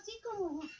doing?